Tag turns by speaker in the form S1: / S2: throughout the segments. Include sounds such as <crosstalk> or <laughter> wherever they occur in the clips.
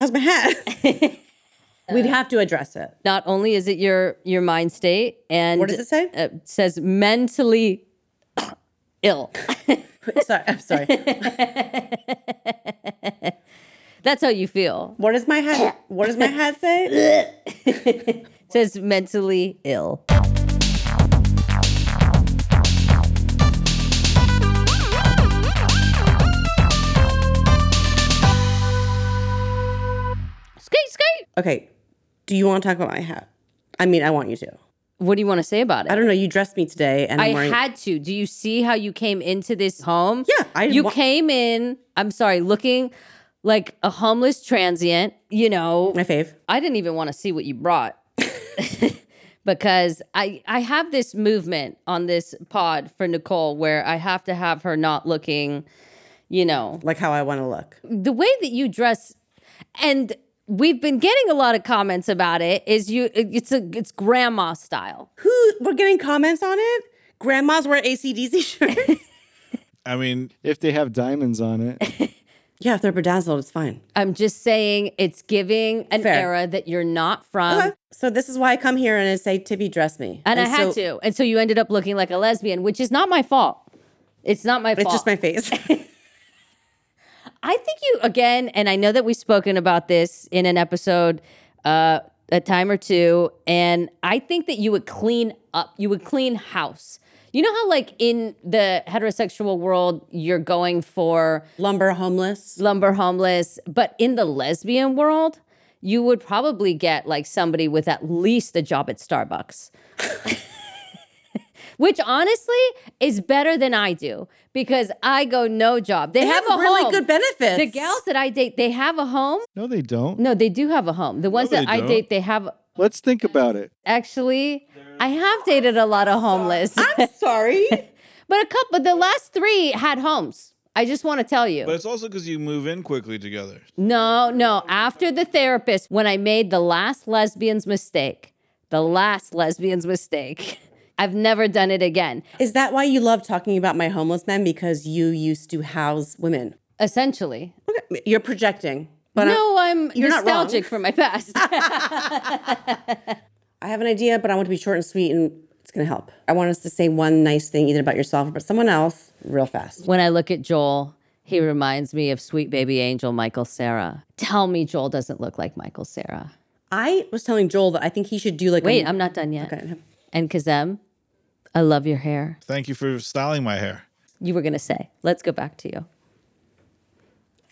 S1: How's my <laughs> hat? We'd have to address it.
S2: Not only is it your your mind state, and
S1: What does it say?
S2: Uh, it says mentally ill. <laughs>
S1: sorry, I'm sorry.
S2: That's how you feel.
S1: What does my hat? What does my hat say?
S2: It says mentally ill. Skate, skate.
S1: Okay. Do you want to talk about my hat? I mean, I want you to.
S2: What do you want to say about it?
S1: I don't know. You dressed me today, and I'm
S2: I
S1: wearing.
S2: had to. Do you see how you came into this home?
S1: Yeah, I
S2: you
S1: wa-
S2: came in. I'm sorry, looking like a homeless transient. You know,
S1: my fave.
S2: I didn't even want to see what you brought <laughs> because I I have this movement on this pod for Nicole where I have to have her not looking. You know,
S1: Like how I want to look.
S2: the way that you dress and we've been getting a lot of comments about it is you it's a it's grandma style
S1: Who? We're getting comments on it. Grandmas wear ACDC <laughs> shirts.
S3: I mean,
S4: If they have diamonds on it,
S1: yeah, if they're bedazzled, it's fine.
S2: I'm just saying it's giving an
S1: Fair.
S2: era that you're not from.
S1: Okay. So this is why I come here and I say, Tibby, dress me.
S2: And, I had
S1: so-
S2: to. And so you ended up looking like a lesbian, which is not my fault. It's not my
S1: It's
S2: fault.
S1: just my
S2: <laughs>
S1: face.
S2: I think you again, and I know that we've spoken about this in an episode uh, a time or two, and I think that you would clean up, you would clean house. You know how like in the heterosexual world you're going for
S1: Lumber homeless.
S2: lumber homeless, but in the lesbian world, you would probably get like somebody with at least a job at Starbucks. <laughs> Which honestly is better than I do because I go no job. They,
S1: They have,
S2: a
S1: really
S2: home.
S1: good benefits.
S2: The gals that I date, they have a home.
S4: no, they don't.
S2: No, they do have a home. The ones
S3: they
S2: that I
S3: don't.
S2: date, they have
S4: Let's think about it.
S2: actually. I have dated a lot of homeless,
S1: I'm <laughs> sorry.
S2: <laughs> but a couple. The last three had homes. I just want to tell you.
S3: but it's also because you move in quickly together.
S2: No, no. After the therapist, when I made the last lesbian's mistake, the last lesbian's mistake, <laughs> I've never done it again.
S1: Is that why you love talking about my homeless men? Because you used to house women.
S2: Essentially.
S1: Okay. You're projecting. But
S2: no, I'm
S1: you're not wrong.
S2: nostalgic for my
S1: <laughs>
S2: past.
S1: I, I have an idea, but I want to be short and sweet and it's going to help. I want us to say one nice thing either about yourself or about someone else real fast.
S2: when I look at Joel, he reminds me of sweet baby angel Michael Sarah. Tell me Joel doesn't look like Michael Sarah.
S1: I was telling Joel that I think he should do like
S2: Wait,
S1: a,
S2: I'm not done yet.
S1: Okay.
S2: And Kazem, I love your hair.
S3: Thank you for styling my hair.
S2: You were going to say, let's go back to you.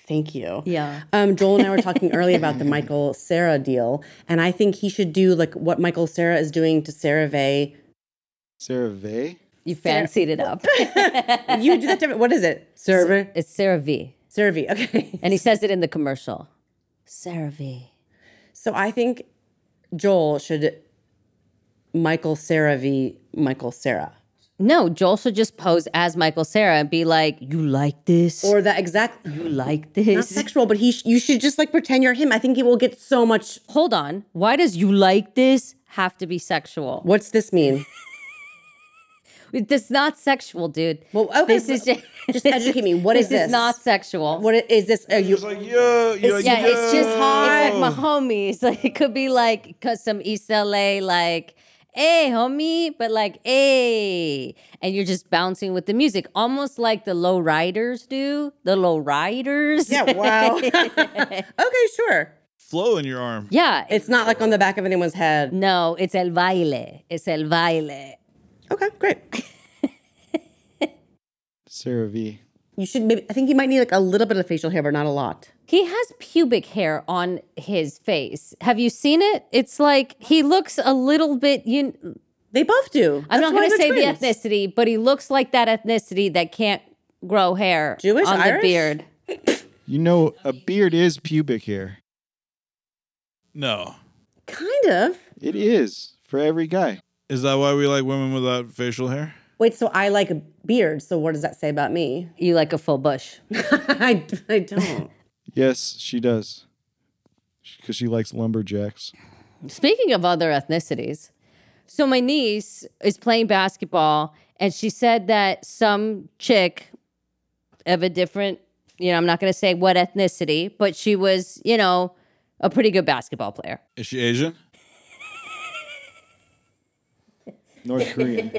S1: Thank you.
S2: Yeah.
S1: Um, Joel
S2: <laughs>
S1: and I were talking earlier about the Michael Sarah deal, and I think he should do like what Michael Sarah is doing to Sarah Vay.
S4: Sarah Vay?
S2: You fancied it up. <laughs>
S1: You do that different. What is it? Sarah
S2: it's Sarah V.
S1: Sarah V. Okay.
S2: And he says it in the commercial. Sarah V.
S1: So I think Joel should Michael Sarah V. Michael Sarah.
S2: No, Joel should just pose as Michael Sarah and be like, "You like this?
S1: Or that exact
S2: you like
S1: not
S2: this?"
S1: sexual, but he sh- you should just like pretend you're him. I think he will get so much.
S2: Hold on. Why does "you like this" have to be sexual?
S1: What's this mean?
S2: It's not sexual, dude.
S1: Well, okay,
S2: this is
S1: well,
S2: <laughs>
S1: <laughs>
S2: just,
S1: just educate me. What
S2: this
S1: is this?
S2: is not sexual.
S1: What i- is this? Are you?
S3: It's like, yo, yo,
S2: yeah,
S3: yo.
S2: it's just
S3: Oh.
S2: it's like my homies. <laughs> Like it could be like 'cause some East LA like, hey homie, but like hey, and you're just bouncing with the music, almost like the low riders do. The low riders.
S1: <laughs> Yeah. Wow. <laughs> okay. Sure.
S3: flow in your arm.
S2: <laughs> Yeah,
S1: It's not like on the back of anyone's head.
S2: No, it's el baile. It's el baile.
S1: Okay, great.
S4: Sarah V.
S1: You should maybe I think you might need like a little bit of facial hair, but not a lot.
S2: He has pubic hair on his face. Have you seen it? It's like he looks a little bit. You,
S1: They both do.
S2: I'm
S1: That's
S2: not
S1: why
S2: going to say
S1: they're
S2: the
S1: twins.
S2: ethnicity, but he looks like that ethnicity that can't grow hair
S1: Jewish,
S2: on
S1: Irish?
S2: the beard.
S4: You know, a beard is pubic hair.
S3: No.
S1: Kind of.
S4: It is for every guy.
S3: Is that why we like women without facial hair?
S1: Wait, so I like a beard, so what does that say about me?
S2: You like a full bush.
S1: <laughs> I, I don't.
S4: Yes, she does. Because she likes lumberjacks.
S2: Speaking of other ethnicities, so my niece is playing basketball, and she said that some chick of a different, you know, I'm not going to say what ethnicity, but she was, you know, a pretty good basketball player.
S3: Is she Asian?
S4: North Korean.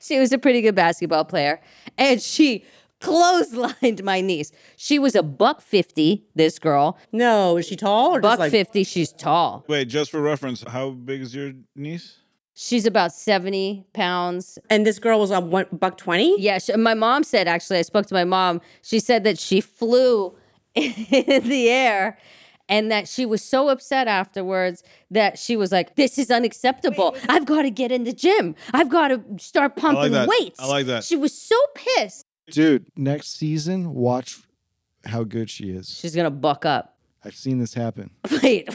S2: She was a pretty good basketball player, and she <laughs> clotheslined my niece. She was a buck fifty. This girl,
S1: No, is she tall or
S2: buck
S1: just like
S2: fifty. She's tall.
S3: Wait, just for reference, how big is your niece?
S2: She's about seventy pounds.
S1: And this girl was on one buck twenty.
S2: Yeah, she, my mom said actually. I spoke to my mom. She said that she flew <laughs> in the air. And that she was so upset afterwards that she was like, "This is unacceptable. I've got to get in the gym. I've got to start pumping
S3: that.
S2: weights."
S3: I like that.
S2: She was so pissed.
S4: Dude, next season, watch how good she is.
S2: She's gonna buck up. <laughs>
S4: I've seen this happen.
S2: Wait,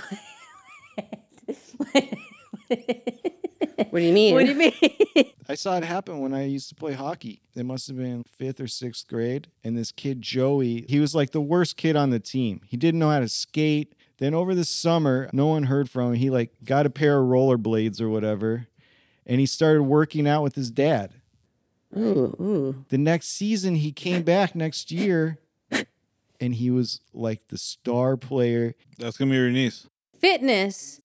S1: What do you mean?
S2: what do you mean?
S4: I saw it happen when I used to play hockey. It must have been fifth or sixth grade. And this kid, Joey, he was like the worst kid on the team. He didn't know how to skate. Then over the summer, no one heard from him. He like got a pair of rollerblades or whatever. And he started working out with his dad.
S1: Ooh, ooh.
S4: The next season, he came back next year and he was like the star player.
S3: That's gonna be your niece.
S2: Fitness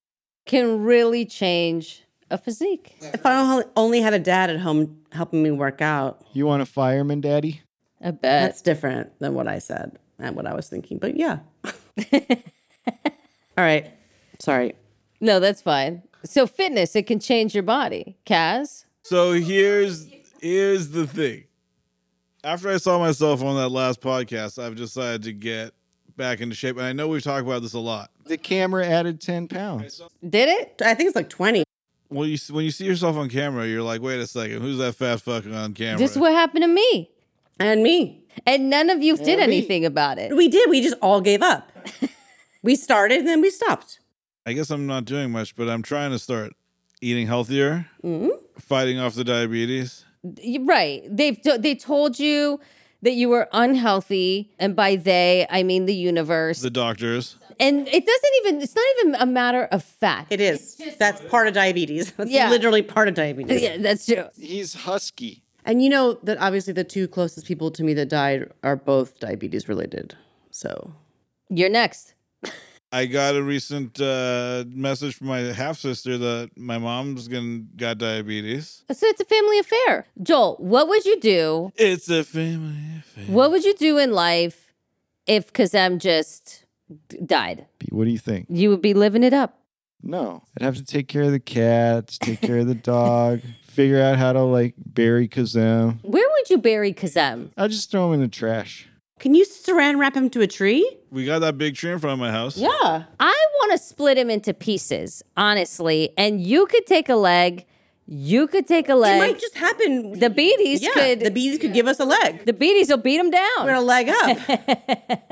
S2: can really change a physique.
S1: If I only- only had a dad at home helping me work out,
S4: You want a fireman, daddy?
S2: I bet.
S1: that's different than what I said and what I was thinking. But
S2: <laughs>
S1: yeah. All right. Sorry.
S2: no, that's fine. So fitness, it can change your body. Kaz,
S3: So here's here's the thing. After I saw myself on that last podcast, I've decided to get back into shape, and I know we've talked about this a lot.
S4: The camera added 10 pounds.
S2: did it?
S1: I think it's like twenty.
S3: Well, you when you see yourself on camera, you're like, wait a second, who's that fat fuck on camera?
S2: This is what happened to me.
S1: And me.
S2: And none of you did
S4: me.
S2: anything about it.
S1: We did. We just all gave
S2: <laughs>
S1: up. we started and then we stopped.
S3: I guess I'm not doing much, but I'm trying to start eating healthier, fighting off the diabetes.
S2: You- Right. They've t- they told you that you were unhealthy, and by they, I mean the universe.
S3: The doctors.
S2: and it doesn't even it's not even a matter of fact.
S1: It is. That's part of diabetes. That's
S2: Yeah.
S1: literally part of diabetes.
S2: <laughs> yeah, that's true.
S4: He's husky.
S1: And you know that obviously the two closest people to me that died are both diabetes related. So
S2: You're next.
S3: I got a recent uh, message from my half sister that my mom's gonna got diabetes.
S2: So it's a family affair. Joel, what would you do?
S3: It's a family affair.
S2: What would you do in life if Kazem just d- died?
S4: Pete, What do you think?
S2: You would be living it up.
S4: No. I'd have to take care of the cats, take care of the dog, figure out how to like bury Kazam.
S2: Where would you bury Kazem?
S4: I'll just throw him in the trash.
S1: can you saran wrap him to a tree?
S3: We got that big tree in front of my house.
S1: Yeah.
S2: I want to split him into pieces, honestly. And you could take a leg. You could take a
S1: It
S2: leg.
S1: might just happen.
S2: the beaties
S1: yeah,
S2: could.
S1: the bees could give us a leg.
S2: the beaties will beat him down.
S1: We're a leg <laughs> up.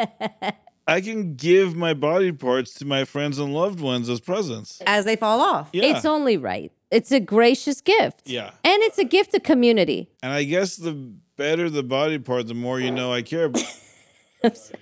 S3: I can give my body parts to my friends and loved ones as presents.
S1: As they fall off.
S3: Yeah.
S2: It's only right. It's a gracious gift.
S3: Yeah.
S2: And it's a gift to community.
S3: and I guess the better the body part, the more you know I care about.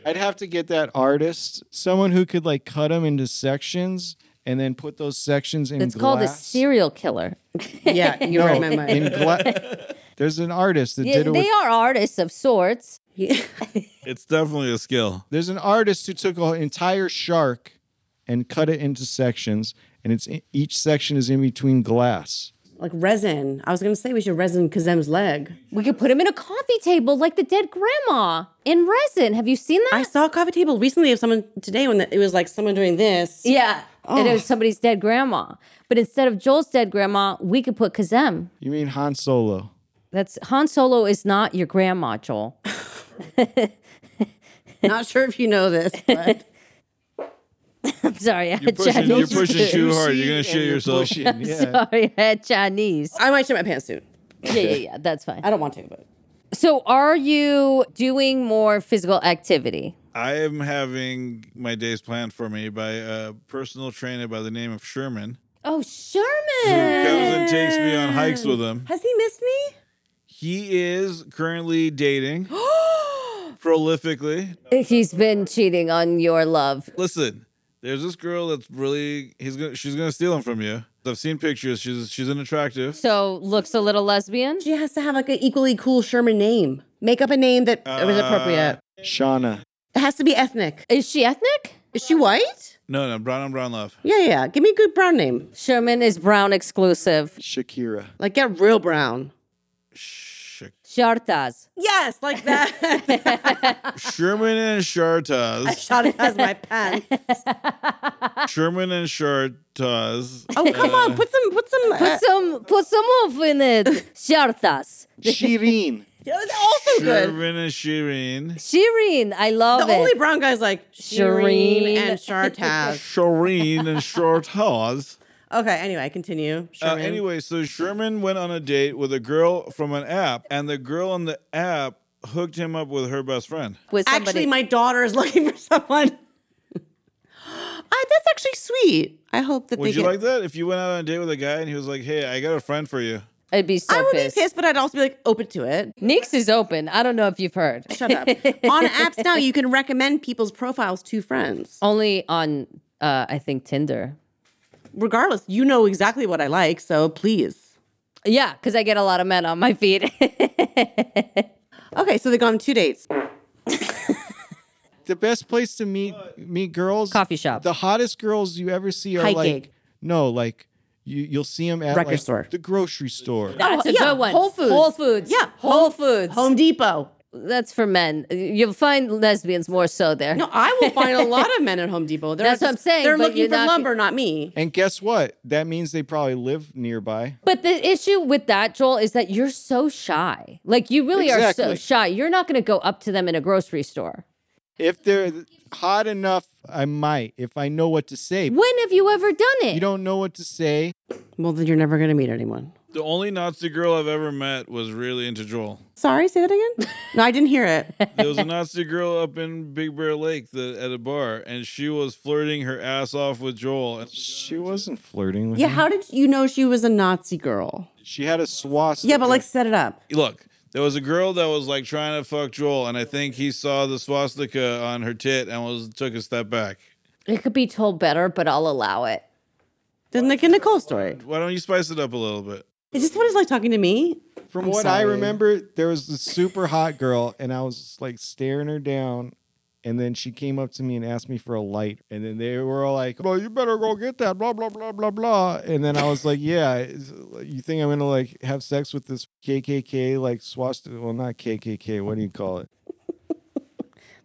S4: I'd have to get that artist, someone who could like cut him into sections and then put those sections in
S2: It's called a
S4: glass.
S2: serial killer.
S1: Yeah, you're right, my mind. <laughs>
S4: in
S2: <laughs>
S4: gla- There's an artist that
S2: Yeah,
S4: did it with
S2: they are artists of sorts.
S3: it's definitely a skill.
S4: There's an artist who took an entire shark and cut it into sections, and it's each section is in between glass.
S1: like resin. I was gonna say we should resin Kazem's leg.
S2: We could put him in a coffee table like the dead grandma in resin. Have you seen that?
S1: I saw a coffee table recently of someone today when it was like someone doing this.
S2: yeah. And
S4: Oh.
S2: it was somebody's dead grandma. But instead of Joel's dead grandma, we could put Kazem.
S4: You mean Han Solo?
S2: That's Han Solo is not your grandma, Joel.
S1: Not sure if you know this, <laughs> but
S2: <laughs> I'm sorry, I
S3: You're
S2: had
S3: pushing, you're
S2: Chinese.
S3: pushing
S2: <laughs>
S3: too hard.
S4: Juicy
S3: You're gonna
S4: and
S3: shit
S4: you're
S3: yourself.
S4: pushing, yeah.
S2: Sorry, I had
S1: <laughs>
S2: Chinese.
S1: I might shit my pants soon.
S2: Yeah, yeah, yeah. That's fine.
S1: I don't want to, but
S2: So are you doing more physical activity?
S3: I am having my days planned for me by a personal trainer by the name of Sherman,
S2: Oh,
S3: who comes
S2: Sherman.
S3: and takes me on hikes with him.
S1: has he missed me?
S3: He is currently dating
S1: <gasps>
S3: prolifically.
S2: He's been cheating on your love.
S3: Listen, there's this girl that's really he's gonna she's gonna steal him from you. I've seen pictures. She's she's unattractive.
S2: So looks a little lesbian.
S1: She has to have like an equally cool Sherman
S3: Uh.
S1: name. Make up a name that was appropriate.
S4: Shauna.
S1: It has to be ethnic.
S2: Is she ethnic?
S1: Is she white?
S3: No, no, brown on brown love.
S1: Yeah, yeah. Give me a good brown name.
S2: Sherman is brown exclusive.
S1: <laughs>
S4: Shakira.
S1: Like get real brown.
S3: Sh-
S2: Shartaz.
S1: Yes, like that. <laughs>
S3: Sherman and Shartas.
S1: Shot it as my pants.
S3: Sherman and Shartas.
S1: Oh, come on. Put some. Put some. uh,
S2: Put some put some oomph
S1: <laughs>
S2: in it. Shartaz.
S4: Shireen.
S1: yeah, they're also good.
S3: Sherman and Shireen.
S2: Shireen, I
S1: The
S2: love it.
S1: only brown guy's like Shireen
S2: Shireen.
S1: and Shartaz.
S3: Shireen and Shartas.
S1: <laughs> Okay. Anyway, continue.
S3: Uh,
S1: Sherman.
S3: anyway, so Sherman went on a date with a girl from an app, and the girl on the app hooked him up with her best friend.
S2: With somebody.
S1: Actually, my daughter is <laughs> looking for someone. I, Ah, that's actually sweet. I hope that they
S3: Would you
S1: get.
S3: like that if you went out on a date with a guy and he was like, "Hey, I got a friend for you."
S2: I'd be so
S1: I would
S2: pissed.
S1: be pissed, but I'd also be like open to it.
S2: Nix is open. I don't know if you've heard.
S1: Shut up. On apps now, you can recommend people's profiles to friends.
S2: Only on uh, I think Tinder.
S1: Regardless, you know exactly what I like, so please.
S2: Yeah, because I get a lot of men on my
S1: Oh,
S2: feed. <laughs>
S1: Okay, so they've gone on two dates.
S4: The best place to meet meet girls.
S2: Coffee shop.
S4: The hottest girls you ever see are
S1: Hiking.
S4: like no, like you you'll see them at
S1: Record
S4: like,
S1: store.
S4: the grocery store.
S2: That's a
S1: yeah,
S2: good one.
S1: Whole Foods.
S2: Whole Foods.
S1: Yeah,
S2: Whole Foods.
S1: Home Depot.
S2: That's for men. You'll find lesbians more so there.
S1: No, I will find a lot of men at Home Depot. They're
S2: That's what I'm saying,
S1: They're
S2: but
S1: looking
S2: you're
S1: for
S2: not-
S1: lumber, not me.
S4: And guess what? That means they probably live nearby.
S2: But the issue with that, Joel, is that you're so shy. Like you really are so
S4: Exactly.
S2: shy. You're not going to go up to them in a grocery store.
S4: If they're hot enough, I might. If I know what to say.
S2: When have you ever done it?
S4: You don't know what to say.
S1: Well, then you're never going to meet anyone.
S3: The only Nazi girl I've ever met was really into Joel.
S1: Sorry, say that
S2: <laughs>
S1: again? No, I didn't hear it.
S3: There
S1: <laughs>
S3: was a Nazi girl up in Big Bear Lake that, at a bar, and she was flirting her ass off with Joel. And
S4: She wasn't flirting with
S1: Yeah,
S4: him.
S1: how did you know she was a Nazi girl?
S4: She had a swastika.
S1: Yeah, but like set it up.
S3: look, there was a girl that was like trying to fuck Joel, and I think he saw the swastika on her tit and was took a step back.
S2: it could be told better, but I'll allow it.
S1: Then like a Nicole story.
S3: Why don't you spice it up a little bit?
S1: Is this what it's like talking to me?
S4: From what I remember, there was this super hot girl, and I was like staring her down. And then she came up to me and asked me for a light. And then they were all like, Well, you better go get that, blah, blah, blah, blah, blah. And then I was like, Yeah, is- you think I'm going to like have sex with this KKK, like swastika? Well, not KKK. What do you call it?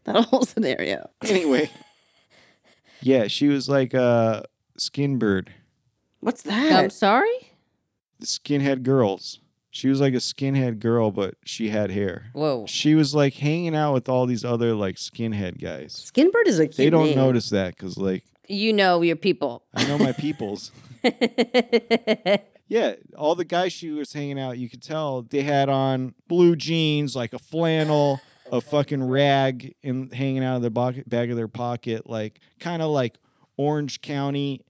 S1: That whole <laughs> scenario.
S4: Anyway. yeah, she was like a skin bird,
S1: What's
S2: I'm
S1: that?
S2: sorry?
S4: the skinhead girls. She was like a skinhead girl, but she had hair.
S2: Whoa.
S4: she was like hanging out with all these other like skinhead guys.
S1: Skinbird is a cute
S4: They don't
S1: name.
S4: notice that because like
S2: You know your people. <laughs>
S4: I know
S1: <laughs>
S4: my peoples. yeah, all the guys she was hanging out, you could tell they had on blue jeans, like a flannel, a fucking rag, and hanging out of the bo- back of their pocket, like kind of like Orange County,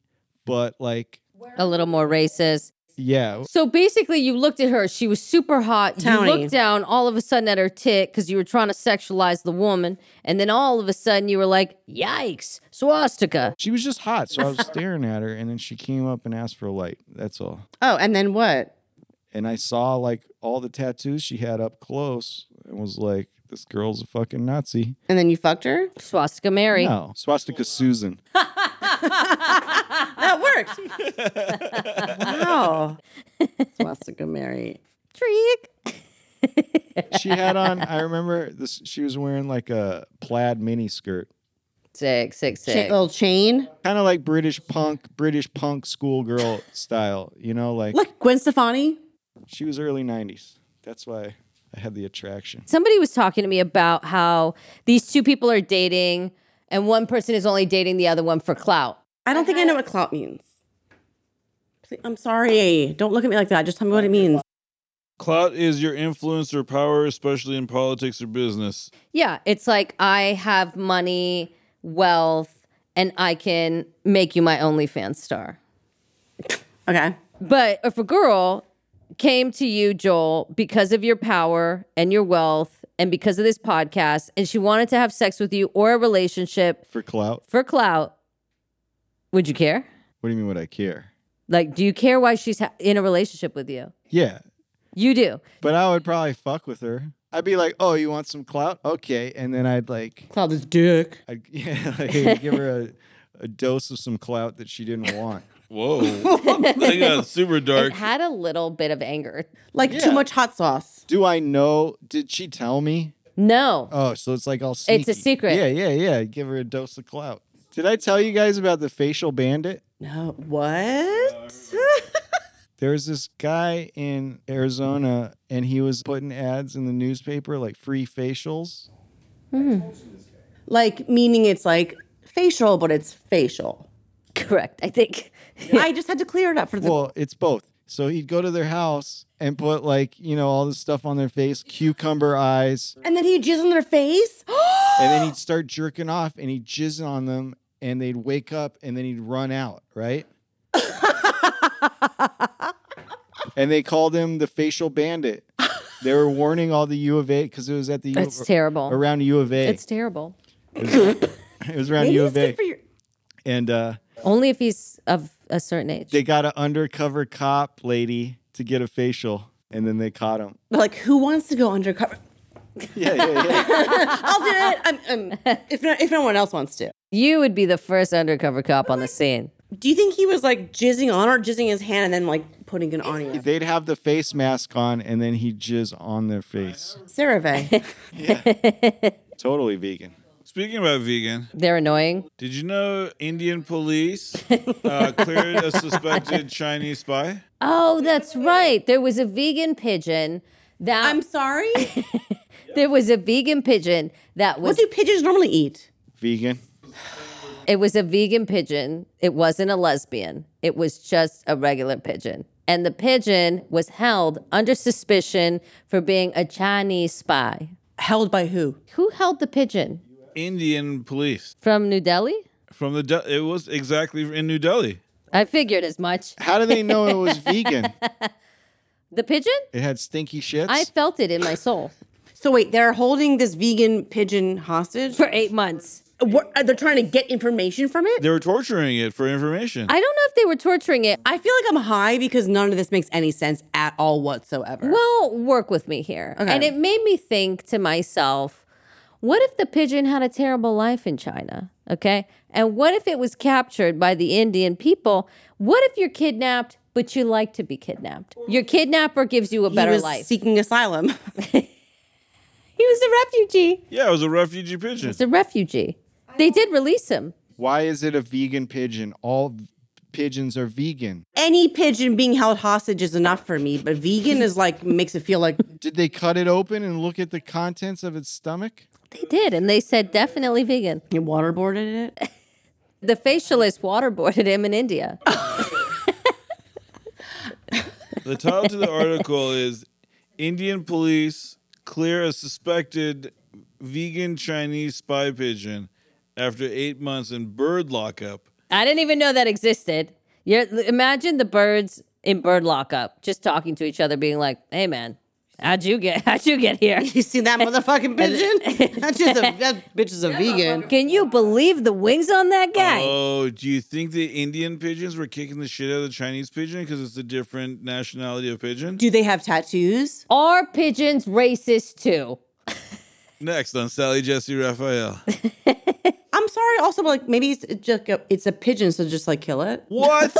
S4: but like
S2: A little more racist.
S4: yeah,
S2: So basically, you looked at her. She was super hot.
S1: Townie.
S2: You looked down all of a sudden at her tit because you were trying to sexualize the woman. And then all of a sudden, you were like, yikes, swastika.
S4: she was just hot. So I was staring at her, and then she came up and asked for a light. That's all.
S1: Oh, and then what?
S4: and I saw like all the tattoos she had up close and was like, this girl's a fucking Nazi.
S1: And then you fucked her?
S2: Swastika Mary.
S4: No, swastika Susan.
S1: That worked. wow. Swastika Mary.
S2: Trick.
S4: She had on, I remember this, she was wearing like a plaid mini skirt,
S2: Sick, sick,
S1: Cha-
S2: sick.
S1: little chain.
S4: kind of like British punk, British punk schoolgirl style, you know, like
S1: Look, Gwen Stefani.
S4: she was early 90s. That's why I had the attraction.
S2: Somebody was talking to me about how these two people are dating and one person is only dating the other one for clout.
S1: I don't think I know what clout means. Please- I'm sorry. Don't look at me like that. Just tell me what it means.
S3: Clout is your influence or power, especially in politics or business.
S2: Yeah, it's like I have money, wealth, and I can make you my OnlyFans star.
S1: Okay.
S2: But if a girl came to you, Joel, because of your power and your wealth and because of this podcast, and she wanted to have sex with you or a relationship
S4: For clout?
S2: for clout, would you care?
S4: What do you mean would I care?
S2: Like, do you care why she's ha- in a relationship with you?
S4: Yeah,
S2: You do.
S4: but I would probably fuck with her. I'd be like, "Oh, you want some clout? Okay." And then I'd like,
S1: Cloud this dick.
S4: I'd <laughs> yeah, like, give her a, a dose of some clout that she didn't want.
S3: Whoa. that got super dark.
S2: It had a little bit of anger.
S1: Like
S4: Yeah.
S1: too much hot sauce.
S4: Do I know? Did she tell me?
S2: No.
S4: Oh, so it's like all sneaky.
S2: It's a secret.
S4: Yeah, yeah, yeah. Give her a dose of clout. Did I tell you guys about the facial bandit?
S1: No, what?
S4: There was this guy in Arizona, and he was putting ads in the newspaper like free facials.
S1: <laughs> like meaning it's like facial, but it's facial.
S2: Correct. I think.
S1: I just had to clear it up for the
S4: Well, it's both. So he'd go to their house and put like you know all this stuff on their face, cucumber eyes,
S1: And then he jizz on their face. <gasps>
S4: and then he'd start jerking off and he'd jizz on them, and they'd wake up and then he'd run out,
S1: <laughs>
S4: right? and they called him the facial bandit. They were warning all the U of A because it was at the U,
S2: That's terrible.
S4: around U of A.
S2: It's terrible.
S4: <laughs> it was around
S1: <gasps> Maybe
S4: U
S1: it's
S4: of A,
S1: good for your-
S4: and uh,
S2: Only if he's of a certain age.
S4: they got an undercover cop lady to get a facial, and then they caught him.
S1: like who wants to go undercover?
S4: Yeah, yeah, yeah.
S1: <laughs> I'll do it. I'm, I'm, if no, if no one else wants to.
S2: you would be the first undercover cop on the scene.
S1: Do you think he was like jizzing on her, jizzing his hand, and then like putting it on
S4: <laughs>
S1: you?
S4: They'd have the face mask on, and then he'd jizz on their face.
S1: Cerave.
S4: Totally vegan.
S3: Speaking about vegan,
S2: They're annoying.
S3: did you know Indian police uh, cleared a suspected Chinese spy?
S2: Oh, that's right. There was a vegan pigeon that
S1: I'm sorry.
S2: there was a vegan pigeon that
S1: What
S2: was
S1: do pigeons normally eat?
S4: Vegan.
S2: it was a vegan pigeon. It wasn't a lesbian. It was just a regular pigeon. And the pigeon was held under suspicion for being a Chinese spy.
S1: Held by who?
S2: Who held the pigeon?
S3: Indian police
S2: From New Delhi?
S3: from the De- it was exactly in New Delhi.
S2: I figured as much.
S4: How do they know it was vegan?
S2: The pigeon?
S4: It had stinky shits.
S2: I felt it in my soul
S1: So wait, they're holding this vegan pigeon hostage.
S2: for eight months.
S1: What, are they trying to get information from it?
S3: They were torturing it for information.
S2: I don't know if they were torturing it.
S1: I feel like I'm high because none of this makes any sense at all whatsoever.
S2: Well, work with me here. And it made me think to myself, what if the pigeon had a terrible life in China? Okay. And what if it was captured by the Indian people? What if you're kidnapped, but you like to be kidnapped? Your kidnapper gives you a
S1: he
S2: better
S1: was
S2: life.
S1: seeking asylum. <laughs>
S2: he was a refugee.
S3: yeah, it was a refugee pigeon.
S2: He's a refugee. They did release him.
S4: Why is it a vegan pigeon? All v- pigeons are vegan.
S1: any pigeon being held hostage is enough for me, but vegan is like makes it feel like
S4: Did they cut it open and look at the contents of its stomach?
S2: They did. And they said definitely vegan.
S1: you waterboarded it.
S2: The facialist waterboarded him in India.
S3: The title to the article is Indian police clear a suspected vegan Chinese spy pigeon after eight months in bird lockup.
S2: I didn't even know that existed. You're, imagine the birds in bird lockup just talking to each other, being like, "Hey, man, how'd you get? <laughs> How'd you get here?
S1: You see <laughs> that motherfucking pigeon? That's just a <laughs> that bitch is a vegan.
S2: Can you believe the wings on that guy?"
S3: Oh, do you think the Indian pigeons were kicking the shit out of the Chinese pigeon because it's a different nationality of pigeon?
S1: Do they have tattoos?
S2: Are pigeons racist too?
S3: Next on Sally
S1: <laughs>
S3: Jesse Raphael.
S1: I'm sorry. Also, but, like maybe it's just a, it's a pigeon, so just like kill it.
S3: What?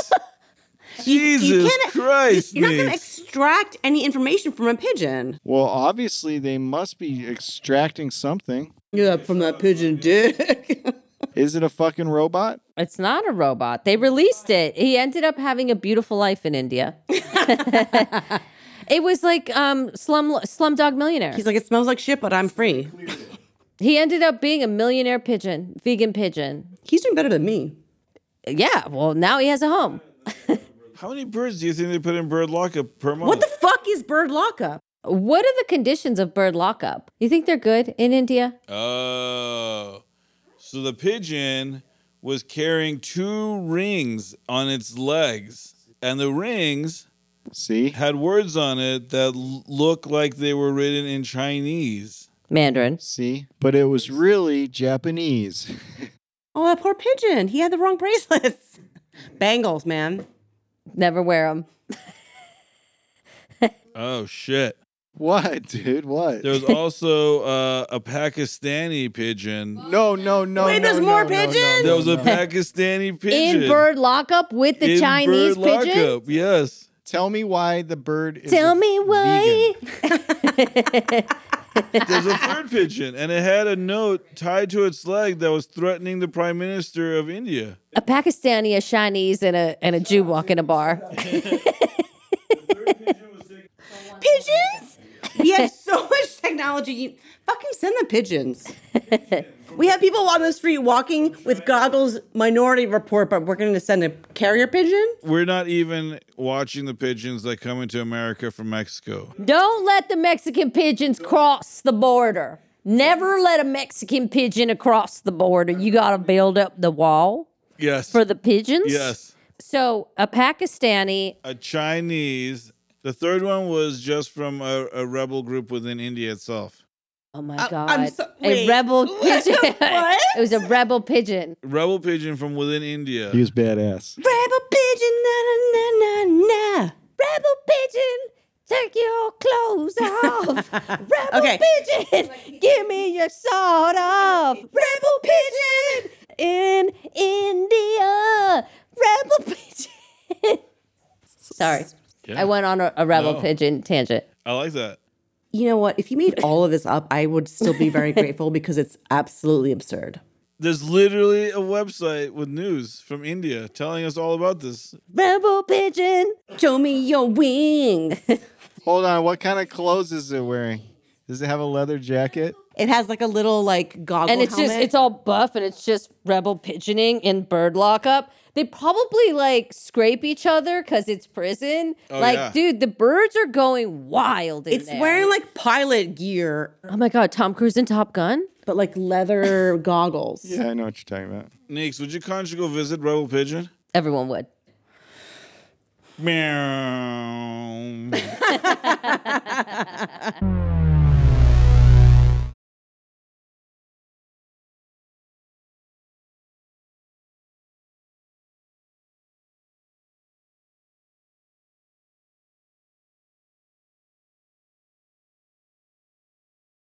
S3: Jesus Christ,
S1: You're not gonna
S3: Nick.
S1: extract any information from a pigeon.
S4: Well, obviously they must be extracting something.
S1: Yeah, from that pigeon dick. <laughs>
S4: Is it a fucking robot?
S2: It's not a robot. They released it. He ended up having a beautiful life in India. <laughs> it was like um, slum Slumdog Millionaire.
S1: He's like, it smells like shit, but I'm free.
S2: he ended up being a millionaire pigeon, vegan pigeon.
S1: He's doing better than me.
S2: Yeah. Well, now he has a home.
S3: How many birds do you think they put in bird lockup per month?
S1: What the fuck is bird lockup?
S2: What are the conditions of bird lockup? You think they're good in India?
S3: Oh. So the pigeon was carrying two rings on its legs, and the rings
S4: See?
S3: had words on it that l- look like they were written in Chinese.
S2: Mandarin.
S4: See? But it was really Japanese. <laughs>
S1: Oh, that poor pigeon. He had the wrong bracelets. <laughs> Bangles, man.
S2: Never wear them.
S3: Oh, shit.
S4: What, dude? What?
S3: <laughs> There was also uh, a Pakistani pigeon.
S4: no, no, no.
S1: Wait,
S4: no,
S1: there's
S4: no,
S1: more
S4: no,
S1: pigeons?
S3: There was a <laughs>
S4: no.
S3: Pakistani pigeon
S2: in bird lockup with the
S3: in
S2: Chinese
S3: bird lockup,
S2: pigeon. <laughs>
S3: Yes,
S4: Tell me why the bird is.
S2: Tell
S4: a
S2: me why.
S4: vegan.
S3: there's a third pigeon, and it had a note tied to its leg that was threatening the prime minister of India.
S2: A Pakistani, a Chinese, and a and a Jew walk in a bar.
S1: Pigeons? We <laughs> have so much technology. You fucking send the pigeons. We have people on the street walking with goggles, minority report, but we're going to send a carrier pigeon?
S3: We're not even watching the pigeons that come into America from Mexico.
S2: Don't let the Mexican pigeons cross the border. Never let a Mexican pigeon across the border. You got to build up the wall
S3: Yes,
S2: for the pigeons.
S3: yes,
S2: So a Pakistani,
S3: a Chinese. The third one was just from a, a rebel group within India itself.
S2: oh my god,
S1: Uh, I'm so-
S2: a
S1: wait. <laughs>
S2: rebel pigeon. <laughs>
S1: What?
S2: It was a rebel pigeon.
S3: Rebel pigeon from within India.
S4: He was badass.
S1: Rebel pigeon, na na na na na.
S2: Rebel pigeon, take your clothes <laughs> off. Rebel
S1: Okay.
S2: pigeon, give me your sword off. Rebel pigeon in India. Rebel pigeon. Sorry,
S3: Yeah.
S2: I went on a, a rebel
S3: No.
S2: pigeon tangent.
S3: I like that.
S1: You know what? If you made all of this up, I would still be <laughs> very grateful because it's absolutely absurd.
S3: There's literally a website with news from India telling us all about this.
S2: Rebel pigeon.
S1: Show me your wings.
S4: Hold on. What kind of clothes is it wearing? Does it have a leather jacket?
S1: It has like a little like goggle
S2: and it's just it's all buff and it's just rebel pigeoning in bird lockup they probably like scrape each other because it's prison
S3: Oh,
S2: like
S3: yeah.
S2: dude the birds are going wild in
S1: it's
S2: there.
S1: wearing like pilot gear,
S2: oh my god tom cruise and top gun
S1: but like leather goggles.
S4: Yeah, I know what you're talking about.
S3: Nix, would you conjugal visit Rebel Pigeon?
S2: everyone would
S3: Meow.